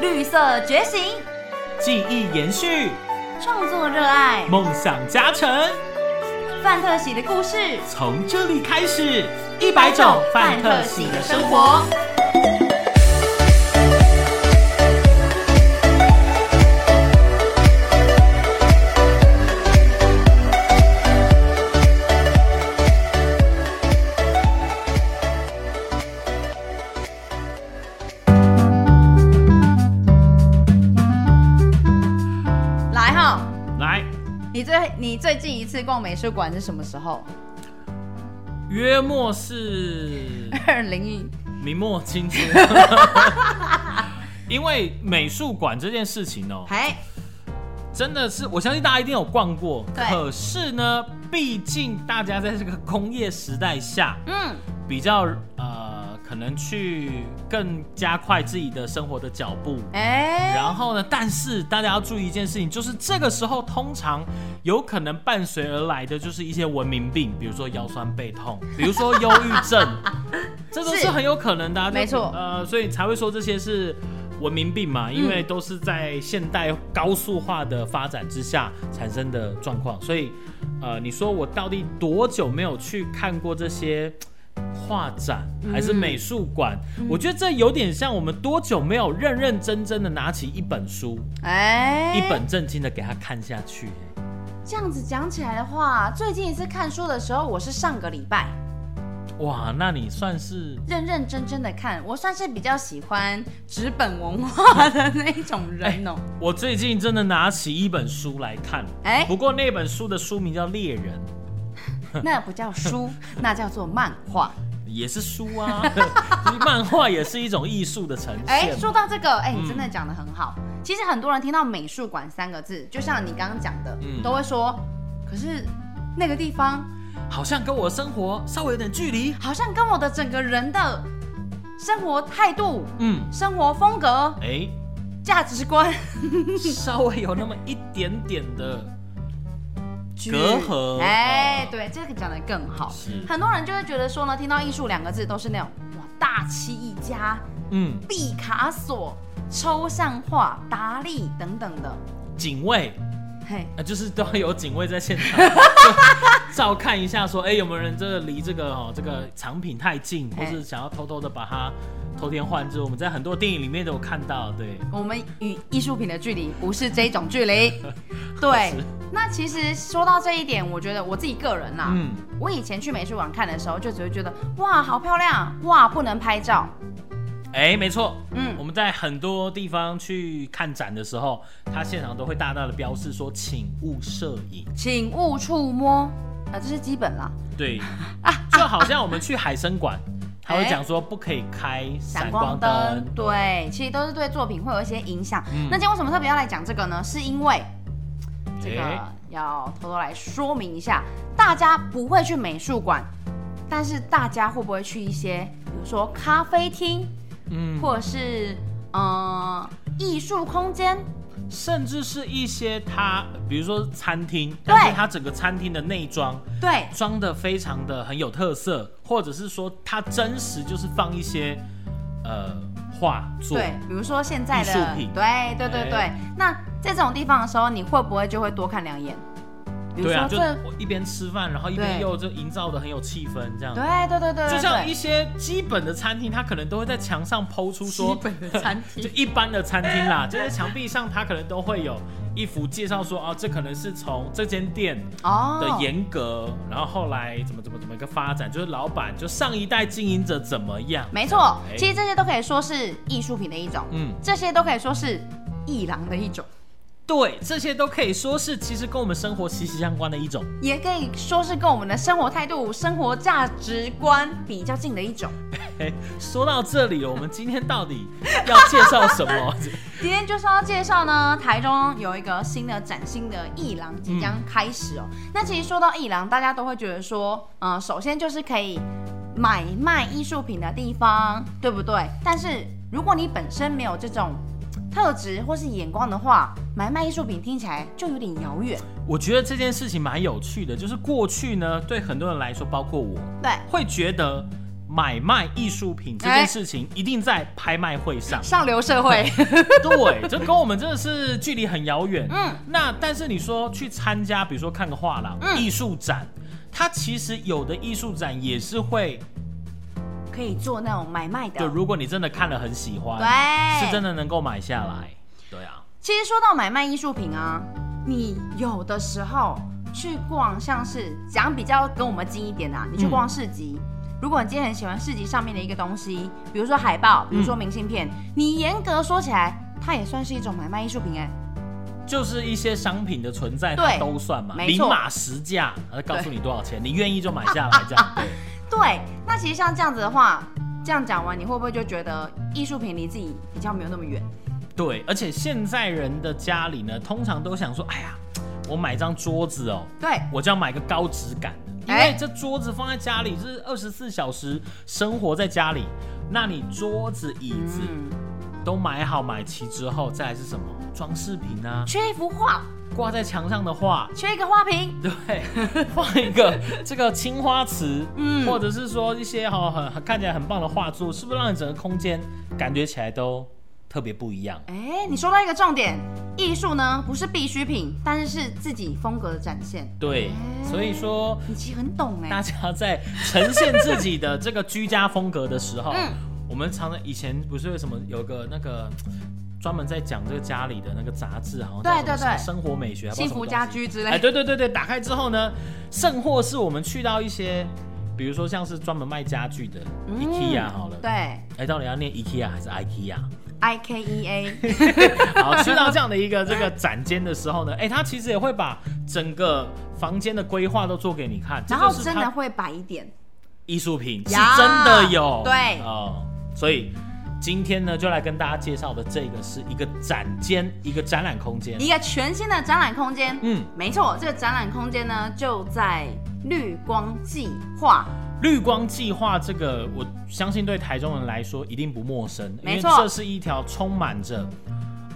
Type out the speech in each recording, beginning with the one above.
绿色觉醒，记忆延续，创作热爱，梦想加成，范特喜的故事，从这里开始，一百种范特喜的生活。。来哈，来，你最你最近一次逛美术馆是什么时候？约莫是二零一明末清 初，因为美术馆这件事情哦、哎，真的是，我相信大家一定有逛过。对可是呢，毕竟大家在这个工业时代下，嗯，比较呃，可能去更加快自己的生活的脚步。哎、然后呢，但是大家要注意一件事情，就是这个时候通常有可能伴随而来的就是一些文明病，比如说腰酸背痛，比如说忧郁症，这都是是很有可能的、啊。就没错嗯呃，所以才会说这些是。文明病嘛，因为都是在现代高速化的发展之下产生的状况，所以，呃，你说我到底多久没有去看过这些画展还是美术馆，嗯我觉得这有点像我们多久没有认认真真的拿起一本书，哎，一本正经的给它看下去。这样子讲起来的话，最近一次看书的时候，我是上个礼拜哇，那你算是认认真真的看，我算是比较喜欢纸本文化的那一种人哦、我最近真的拿起一本书来看，哎不过那本书的书名叫《猎人那不叫书，那叫做漫 画。》，也是书啊， 就是漫画也是一种艺术的呈哎、现。说到这个，哎、嗯你真的讲的很好。其实很多人听到美术馆三个字，就像你刚刚讲的，嗯都会说，可是那个地方好像跟我生活稍微有点距离。好像跟我的整个人的生活态度、嗯，生活风格、哎， 价值 观稍微有那么一点点的隔阂。哎、对。对，这个讲的更好是。很多人就会觉得说呢，听到艺术两个字都是那种哇，大漆一家、嗯，毕卡索、抽象画、达利等等的。警卫嘿，啊，就是都会有警卫在 现场照看一下，说，哎、有没有人这个离这个哦这个藏品太近，或哎是想要偷偷的把它偷天换日？我们在很多电影里面都有看到，对，我们与艺术品的距离不是这种距离。 对是，那其实说到这一点，我觉得我自己个人啦、啊嗯，我以前去美术馆看的时候，就只会觉得哇，好漂亮，哇，不能拍照。哎、没错，嗯我们在很多地方去看展的时候，它现场都会大大的标示说，请勿摄影，请勿触摸，啊，这是基本啦。对， 就好像我们去海参馆，他会讲说不可以开闪闪光光灯，灯，对，其实都是对作品会有一些影响。那今天为什么特别要来讲这个呢？是因为这个哎要偷偷来说明一下，大家不会去美术馆，但是大家会不会去一些，比如说咖啡厅，嗯，或者是嗯艺术空间？甚至是一些它，比如说餐厅，对但是它整个餐厅的内装对，装的非常的很有特色，或者是说它真实就是放一些呃画作，对，比如说现在艺术的，品对对对对。哎那在这种地方的时候，你会不会就会多看两眼？比如对说啊，就这，我一边吃饭，然后一边对又就营造的很有气氛这样。对对对对对，就像对一些基本的餐厅，它可能都会在墙上抛出说，基本的餐厅就一般的餐厅啦， 就是墙壁上它可能都会有一幅介绍说，啊，这可能是从这间店哦的严格，然后后来怎么怎么怎么一个发展，就是老板就上一代经营者怎么样，没错，哎其实这些都可以说是艺术品的一种，嗯，这些都可以说是艺廊的一种，对，这些都可以说是其实跟我们生活息息相关的一种。也可以说是跟我们的生活态度、生活价值观比较近的一种。嘿说到这里，我们今天到底要介绍 什么？今天就是要介绍呢，台中有一个新的崭新的艺廊即将开始哦。那其实说到艺廊，大家都会觉得说，嗯、首先就是可以买卖艺术品的地方，对不对？但是如果你本身没有这种特质或是眼光的话，买卖艺术品听起来就有点遥远。我觉得这件事情蛮有趣的，就是过去呢，对很多人来说，包括我，对，会觉得买卖艺术品这件事情一定在拍卖会上。上流社会，对，这跟我们真的是距离很遥远。嗯嗯，那但是你说去参加，比如说看个画廊、嗯艺术展，它其实有的艺术展也是会， 可以做那种买卖的。就如果你真的看了很喜欢，对，是真的。的能够买下来。对啊，其实说到买卖艺术品啊，你有的时候去逛，像是讲比较跟我们近一点的、啊，你去逛市集。如果你今天很喜欢市集上面的一个东西，比如说海报，比如说明信片，你严格说起来，它也算是一种买卖艺术品哎、就是一些商品的存在，对它都算嘛，没明错码实价，它告诉你多少钱，你愿意就买下来，这样对。对，那其实像这样子的话，这样讲完，你会不会就觉得艺术品离自己比较没有那么远？对，而且现在人的家里呢，通常都想说，哎呀，我买张桌子哦，对，我就要买个高质感的，因哎为这桌子放在家里就是二十四小时生活在家里，那你桌子椅子嗯，都买好买齐之后，再来是什么装饰品啊，缺一幅画，挂在墙上的画。缺一个花瓶，对， 放一个这个青花瓷，嗯嗯，或者是说一些哈、很很看起来很棒的画作，是不是让你整个空间感觉起来都特别不一样？哎，你说到一个重点，艺术呢不是必需品，但是是自己风格的展现。对，哎所以说你其实很懂哎、大家在呈现自己的这个居家风格的时候，嗯我们常常以前不是有什么有个那个专门在讲这个家里的那个杂志，好像叫对什么对对生活美学，还不知道幸福什么东家西居之哎，类。对对对对，打开之后呢，甚或是我们去到一些，比如说像是专门卖家具的、嗯 IKEA E 啊好了，对哎，到底要念 IKEA 还是 IKEA？ ，I K E A，好，去到这样的一个这个展间的时候呢，哎、它其实也会把整个房间的规划都做给你看，这然后就是真它的会摆一点。艺术品是呀真的有，对哦，所以今天呢，就来跟大家介绍的这个是一个展间，一个展览空间一，个全新的展览空间。嗯，没错，这个展览空间呢就在绿光计划。绿光计划这个，我相信对台中人来说一定不陌生，因没为错这是一条充满着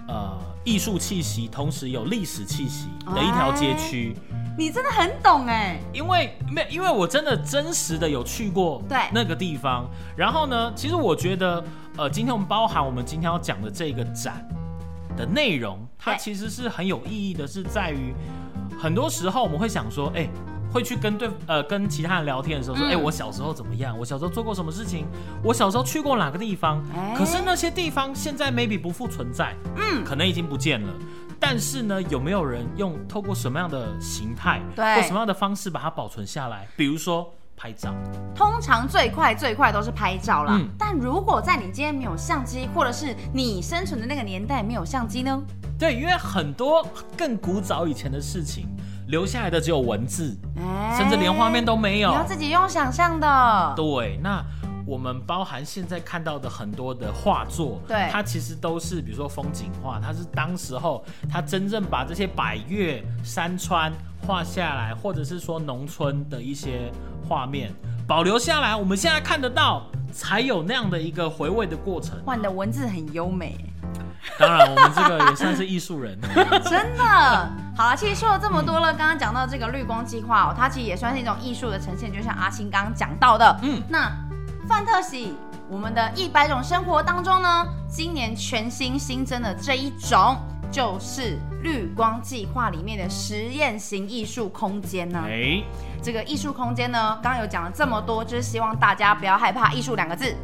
呃艺术气息，同时有历史气息的一条街哎区。你真的很懂哎、因为没，因为我真的真实的有去过对那个地方。然后呢，其实我觉得，呃，今天我们包含我们今天要讲的这个展的内容，它对其实是很有意义的，是在于很多时候我们会想说，哎、会去跟对呃跟其他人聊天的时候说，嗯哎、我小时候怎么样？我小时候做过什么事情？我小时候去过哪个地方？哎可是那些地方现在 maybe 不复存在，嗯，可能已经不见了。但是呢，有没有人用透过什么样的形态，对或什么样的方式把它保存下来？比如说拍照，通常最快最快都是拍照啦，嗯但如果在你今天没有相机，或者是你生存的那个年代没有相机呢？对，因为很多更古早以前的事情留下来的只有文字，哎甚至连画面都没有你。要自己用想象的。对，那我们包含现在看到的很多的画作，对它其实都是比如说风景画，它是当时候它真正把这些百越山川画下来，或者是说农村的一些画面保留下来，我们现在看得到，才有那样的一个回味的过 程。哇，你的文字很优 美，当然，我们这个也算是艺术人，哦真的。好了，其实说了这么多了，刚刚讲到这个绿光计划哦，它其实也算是一种艺术的呈现，就像阿青刚刚讲到的，嗯，那范特喜，我们的一百种生活当中呢，今年全新新增的这一种就是绿光计划里面的实验型艺术空间呢、哎，这个艺术空间呢，刚刚有讲了这么多，就是希望大家不要害怕“艺术”两个字。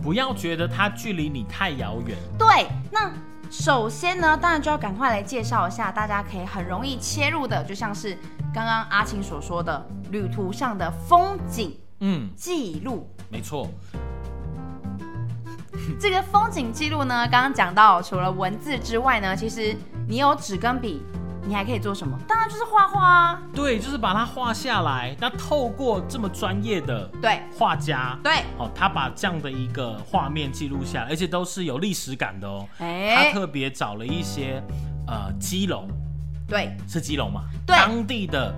不要觉得它距离你太遥远。对，那首先呢，当然就要赶快来介绍一下，大家可以很容易切入的，就像是刚刚阿青所说的，旅途上的风景嗯，记 录。没错，这个风景记录呢，刚刚讲到，除了文字之外呢，其实你有纸跟笔，你还可以做什么？当然就是画画啊。对，就是把它画下来。那透过这么专业的对画家，对，哦，他把这样的一个画面记录下来，而且都是有历史感的哦。他哎、特别找了一些呃基隆，对是基隆嘛？对当地的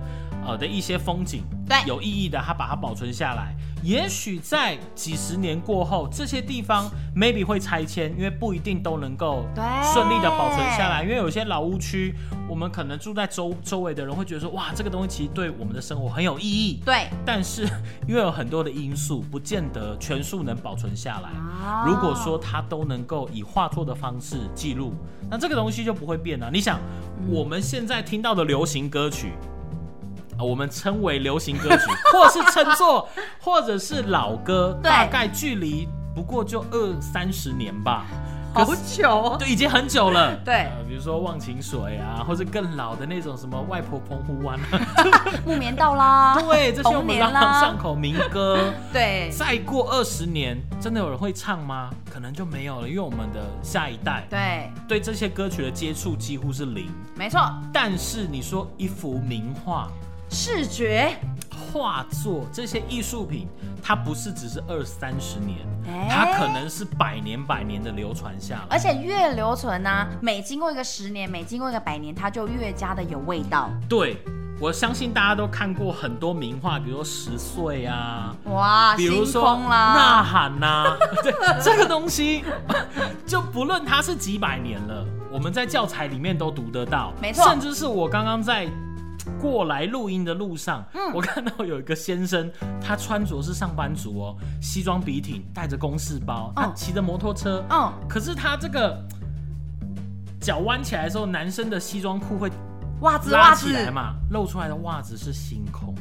呃的一些风景，对有意义的，它把它保存下来。也许在几十年过后，这些地方 maybe 会拆迁，因为不一定都能够对顺利的保存下来。因为有些老屋区，我们可能住在周周围的人会觉得说，哇，这个东西其实对我们的生活很有意义。对，但是 因为有很多的因素，不见得全数能保存下来。啊如果说它都能够以画作的方式记录，那这个东西就不会变啊了。你想，嗯我们现在听到的流行歌曲。啊我们称为流行歌曲， 或是称作，或者是老歌，对大概距离不过就二三十年吧。可是久哦，对，已经很久了。 对呃比如说《忘情水》啊，或者更老的那种什么《外婆澎湖湾》 啊，木棉到啦， 对，这些我童们年朗朗上啦，口民歌。对再过二十年，真的有人会唱吗？可能就没有了，因为我们的下一代对，对这些歌曲的接触几乎是零。没错，但是你说一幅名画、视觉，画作这些艺术品，它不是只是二三十年，哎它可能是百年百年的流传下来。而且越留存呢、每经过一个十年，每经过一个百年，它就越加的有味道。对，我相信大家都看过很多名画，比如说《十岁》啊，哇，比如星说空啦呐，喊呐、 对，这个东西就不论它是几百年了，我们在教材里面都读得到，没错甚至是我刚刚在。过来录音的路上，嗯我看到有一个先生，他穿着是上班族哦，西装笔挺，带着公事包，他嗯骑着摩托车，嗯，可是他这个脚弯起来的时候，男生的西装裤会袜子拉袜起来子，嘛，露出来的袜子是星空。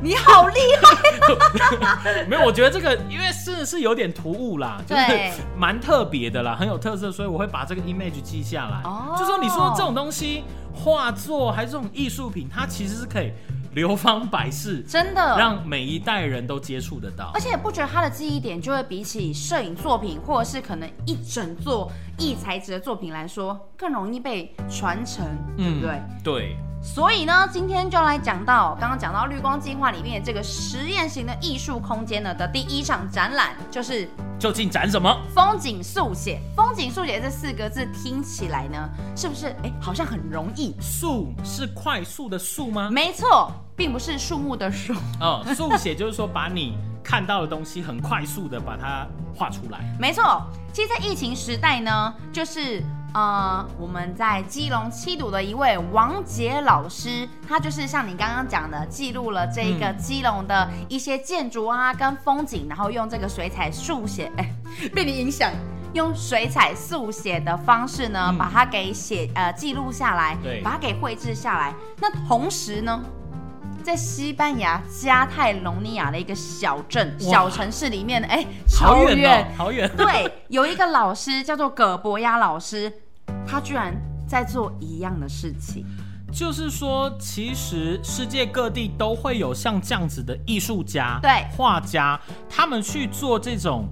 你好厉害，没有，我觉得这个因为真的是有点突兀啦，就是对蛮特别的啦，很有特色，所以我会把这个 image 记下来。哦就说你说这种东西，画作还是这种艺术品，它其实是可以流芳百世，真的。让每一代人都接触得到而。且不觉得它的记忆点就会比起摄影作品或者是可能一整座异材质的作品来说，更容易被传承，对不对？嗯对，所以呢，今天就来讲到刚刚讲到绿光进化里面这个实验型的艺术空间呢的第一场展览，就是究竟展什么？风景速写。风景速写这四个字听起来呢，是不是哎好像很容易？速是快速的速吗？没错，并不是树木的树，哦，速写就是说把你看到的东西很快速的把它画出来。没错。其实，在疫情时代呢，就是呃，我们在基隆七堵的一位王杰老师，他就是像你刚刚讲的，记录了这一个嗯基隆的一些建筑啊跟风景，然后用这个水彩速写，哎，被你影响。用水彩速写的方式呢，嗯把它给写呃记录下来，对把它给绘制下来。那同时呢，在西班牙加泰隆尼亚的一个小镇、哇小城市里面，哎，好超远哦，好远。对，有一个老师叫做葛博亚老师，他居然在做一样的事情。就是说，其实世界各地都会有像这样子的艺术家、对画家，他们去做这种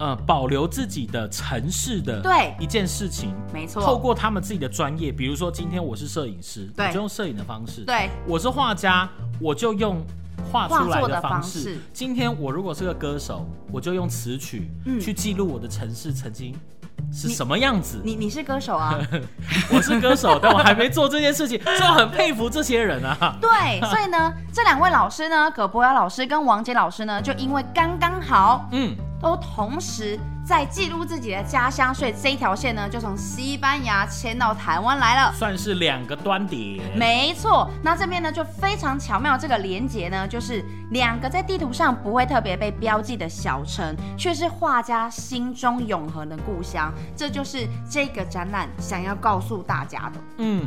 呃保留自己的城市的对一件事情，没透错，过他们自己的专业，比如说今天我是摄影师，对我就用摄影的方式；对，我是画家，我就用。画出来画作的方方式今天我如果是个歌手，我就用词曲、嗯去记录我的城市曾经是你什么样子。你你是歌手啊？ 我是歌手，但我还没做这件事情，所以我很佩服这些人啊。对，所以呢，这两位老师呢，葛博亚老师跟王杰老师呢，就因为刚刚好嗯，都同时在记录自己的家乡，所以这一条线呢，就从西班牙迁到台湾来了。算是两个端点。没错，那这边呢就非常巧妙，这个连接呢就是两个在地图上不会特别被标记的小城，却是画家心中永恒的故乡，这就是这个展览想要告诉大家的。嗯，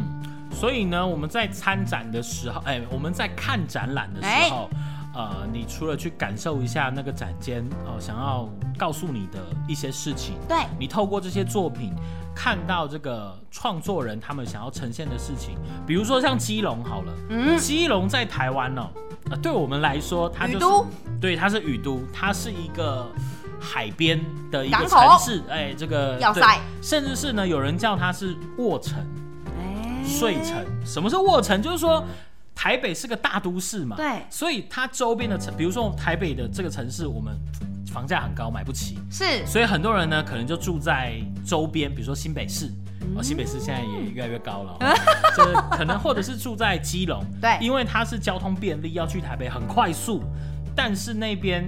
所以呢，我们在参展的时候，哎、我们在看展览的时候。呃，你除了去感受一下那个展间，呃，想要告诉你的一些事情，对，你透过这些作品看到这个创作人他们想要呈现的事情，比如说像基隆好了，嗯基隆在台湾哦、呃，对我们来说，它就是雨都对，它是雨都，它是一个海边的一个港口城市，哎、这个要对塞甚至是呢，有人叫它是卧城、哎睡城。什么是卧城？就是说。台北是个大都市嘛，对所以它周边的城，比如说台北的这个城市，我们房价很高，买不起，是所以很多人呢，可能就住在周边，比如说新北市，哦，新北市现在也越来越高了，哦这可能或者是住在基隆，对因为它是交通便利，要去台北很快速，但是那边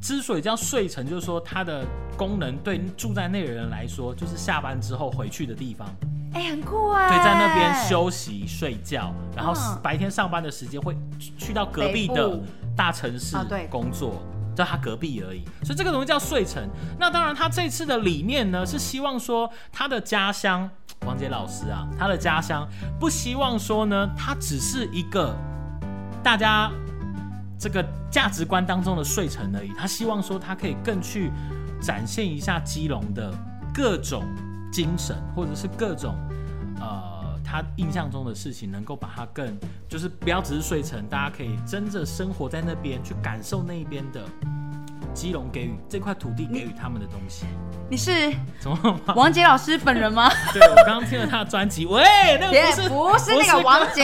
之所以叫睡城，就是说它的功能对住在那的人来说，就是下班之后回去的地方，哎、很酷哎、对，在那边休息睡觉，然后嗯白天上班的时间会去去到隔壁北的部大城市啊对工作。在他隔壁而已，所以这个东西叫睡城。那当然，他这次的理念呢是希望说他的家乡，王杰老师啊，他的家乡不希望说呢，他只是一个大家这个价值观当中的睡城而已。他希望说，他可以更去展现一下基隆的各种精神，或者是各种呃他印象中的事情，能够把它更就是不要只是睡城，大家可以真正生活在那边，去感受那一边的基隆给予这块土地给予他们的东西。你是怎么了吗？王杰老师本人吗？对我刚刚听了他的专辑，喂，那个也 不是不 是那个王杰。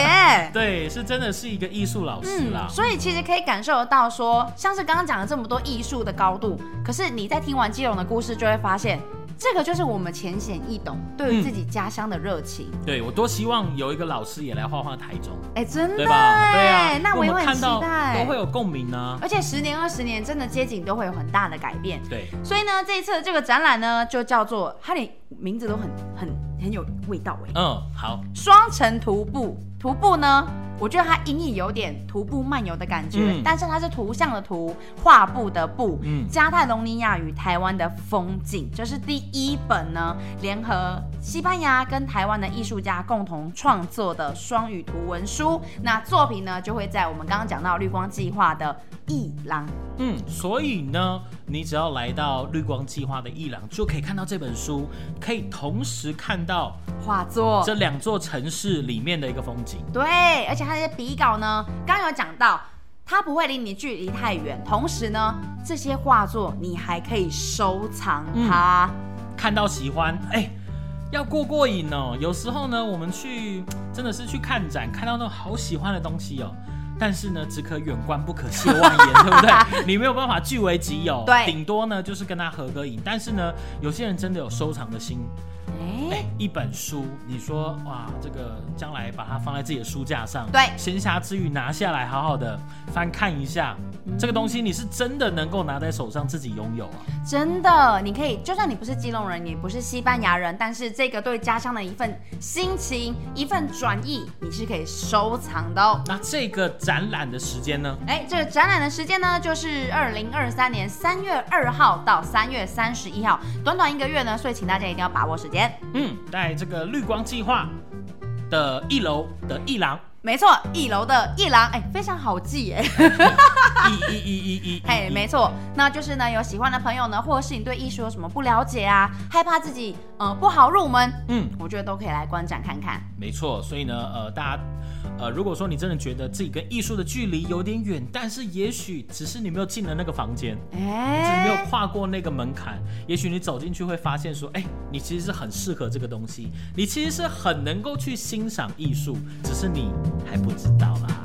对，是真的是一个艺术老师啦。所以其实可以感受得到说像是刚刚讲了这么多艺术的高度，可是你在听完基隆的故事，就会发现，这个就是我们浅显易懂对于嗯自己家乡的热情。对我多希望有一个老师也来画画台中，哎、真对的吧？对哎、啊，那我也们会很看期到啊待都。会有共鸣呢。而且十年、二十年，真的街景都会有很大的改变。对，所以呢，这一次的这个展览呢，就叫做它连名字都很很很有味道哎，嗯，好，双城徒步。徒步呢，我觉得它隐隐有点徒步漫游的感觉，嗯但是它是图像的图，画布的布。嗯加泰隆尼亚与台湾的风景，这是第一本呢联合西班牙跟台湾的艺术家共同创作的双语图文书。那作品呢就会在我们刚刚讲到绿光计划的艺廊嗯，所以呢，你只要来到绿光计划的伊朗，就可以看到这本书，可以同时看到画作，这两座城市里面的一个风景。对，而且它的笔稿呢，刚刚有讲到，它不会离你距离太远，同时呢，这些画作你还可以收藏它。看到喜欢，哎、要过过瘾哦。有时候呢，我们去真的是去看展，看到那种好喜欢的东西哦。但是呢，只可远观不可亵玩焉，对不对？你没有办法据为己有，对顶多呢就是跟他合个影。但是呢，有些人真的有收藏的心，哎、哎，一本书，你说哇，这个将来把它放在自己的书架上，对闲暇之余拿下来，好好的翻看一下，嗯这个东西你是真的能够拿在手上自己拥有啊。真的，你可以，就算你不是基隆人，你不是西班牙人，但是这个对家乡的一份心情、一份转意，你是可以收藏的哦。那这个展览的时间呢？哎，这个展览的时间呢，就是二零二三年三月二号到三月三十一号，短短一个月呢，所以请大家一定要把握时间。嗯，在这个绿光计划的一楼的 一廊，没错，一楼的一廊，哎，非常好记哎。一一一一一，嘿，一没错，那就是呢，有喜欢的朋友呢，或者是你对艺术有什么不了解啊，害怕自己呃不好入门，嗯，我觉得都可以来观展看看。没错。所以呢，呃，大家。呃，如果说你真的觉得自己跟艺术的距离有点远，但是也许只是你没有进了那个房间，只是哎、没有跨过那个门槛，也许你走进去会发现说，哎、你其实是很适合这个东西，你其实是很能够去欣赏艺术，只是你还不知道啦。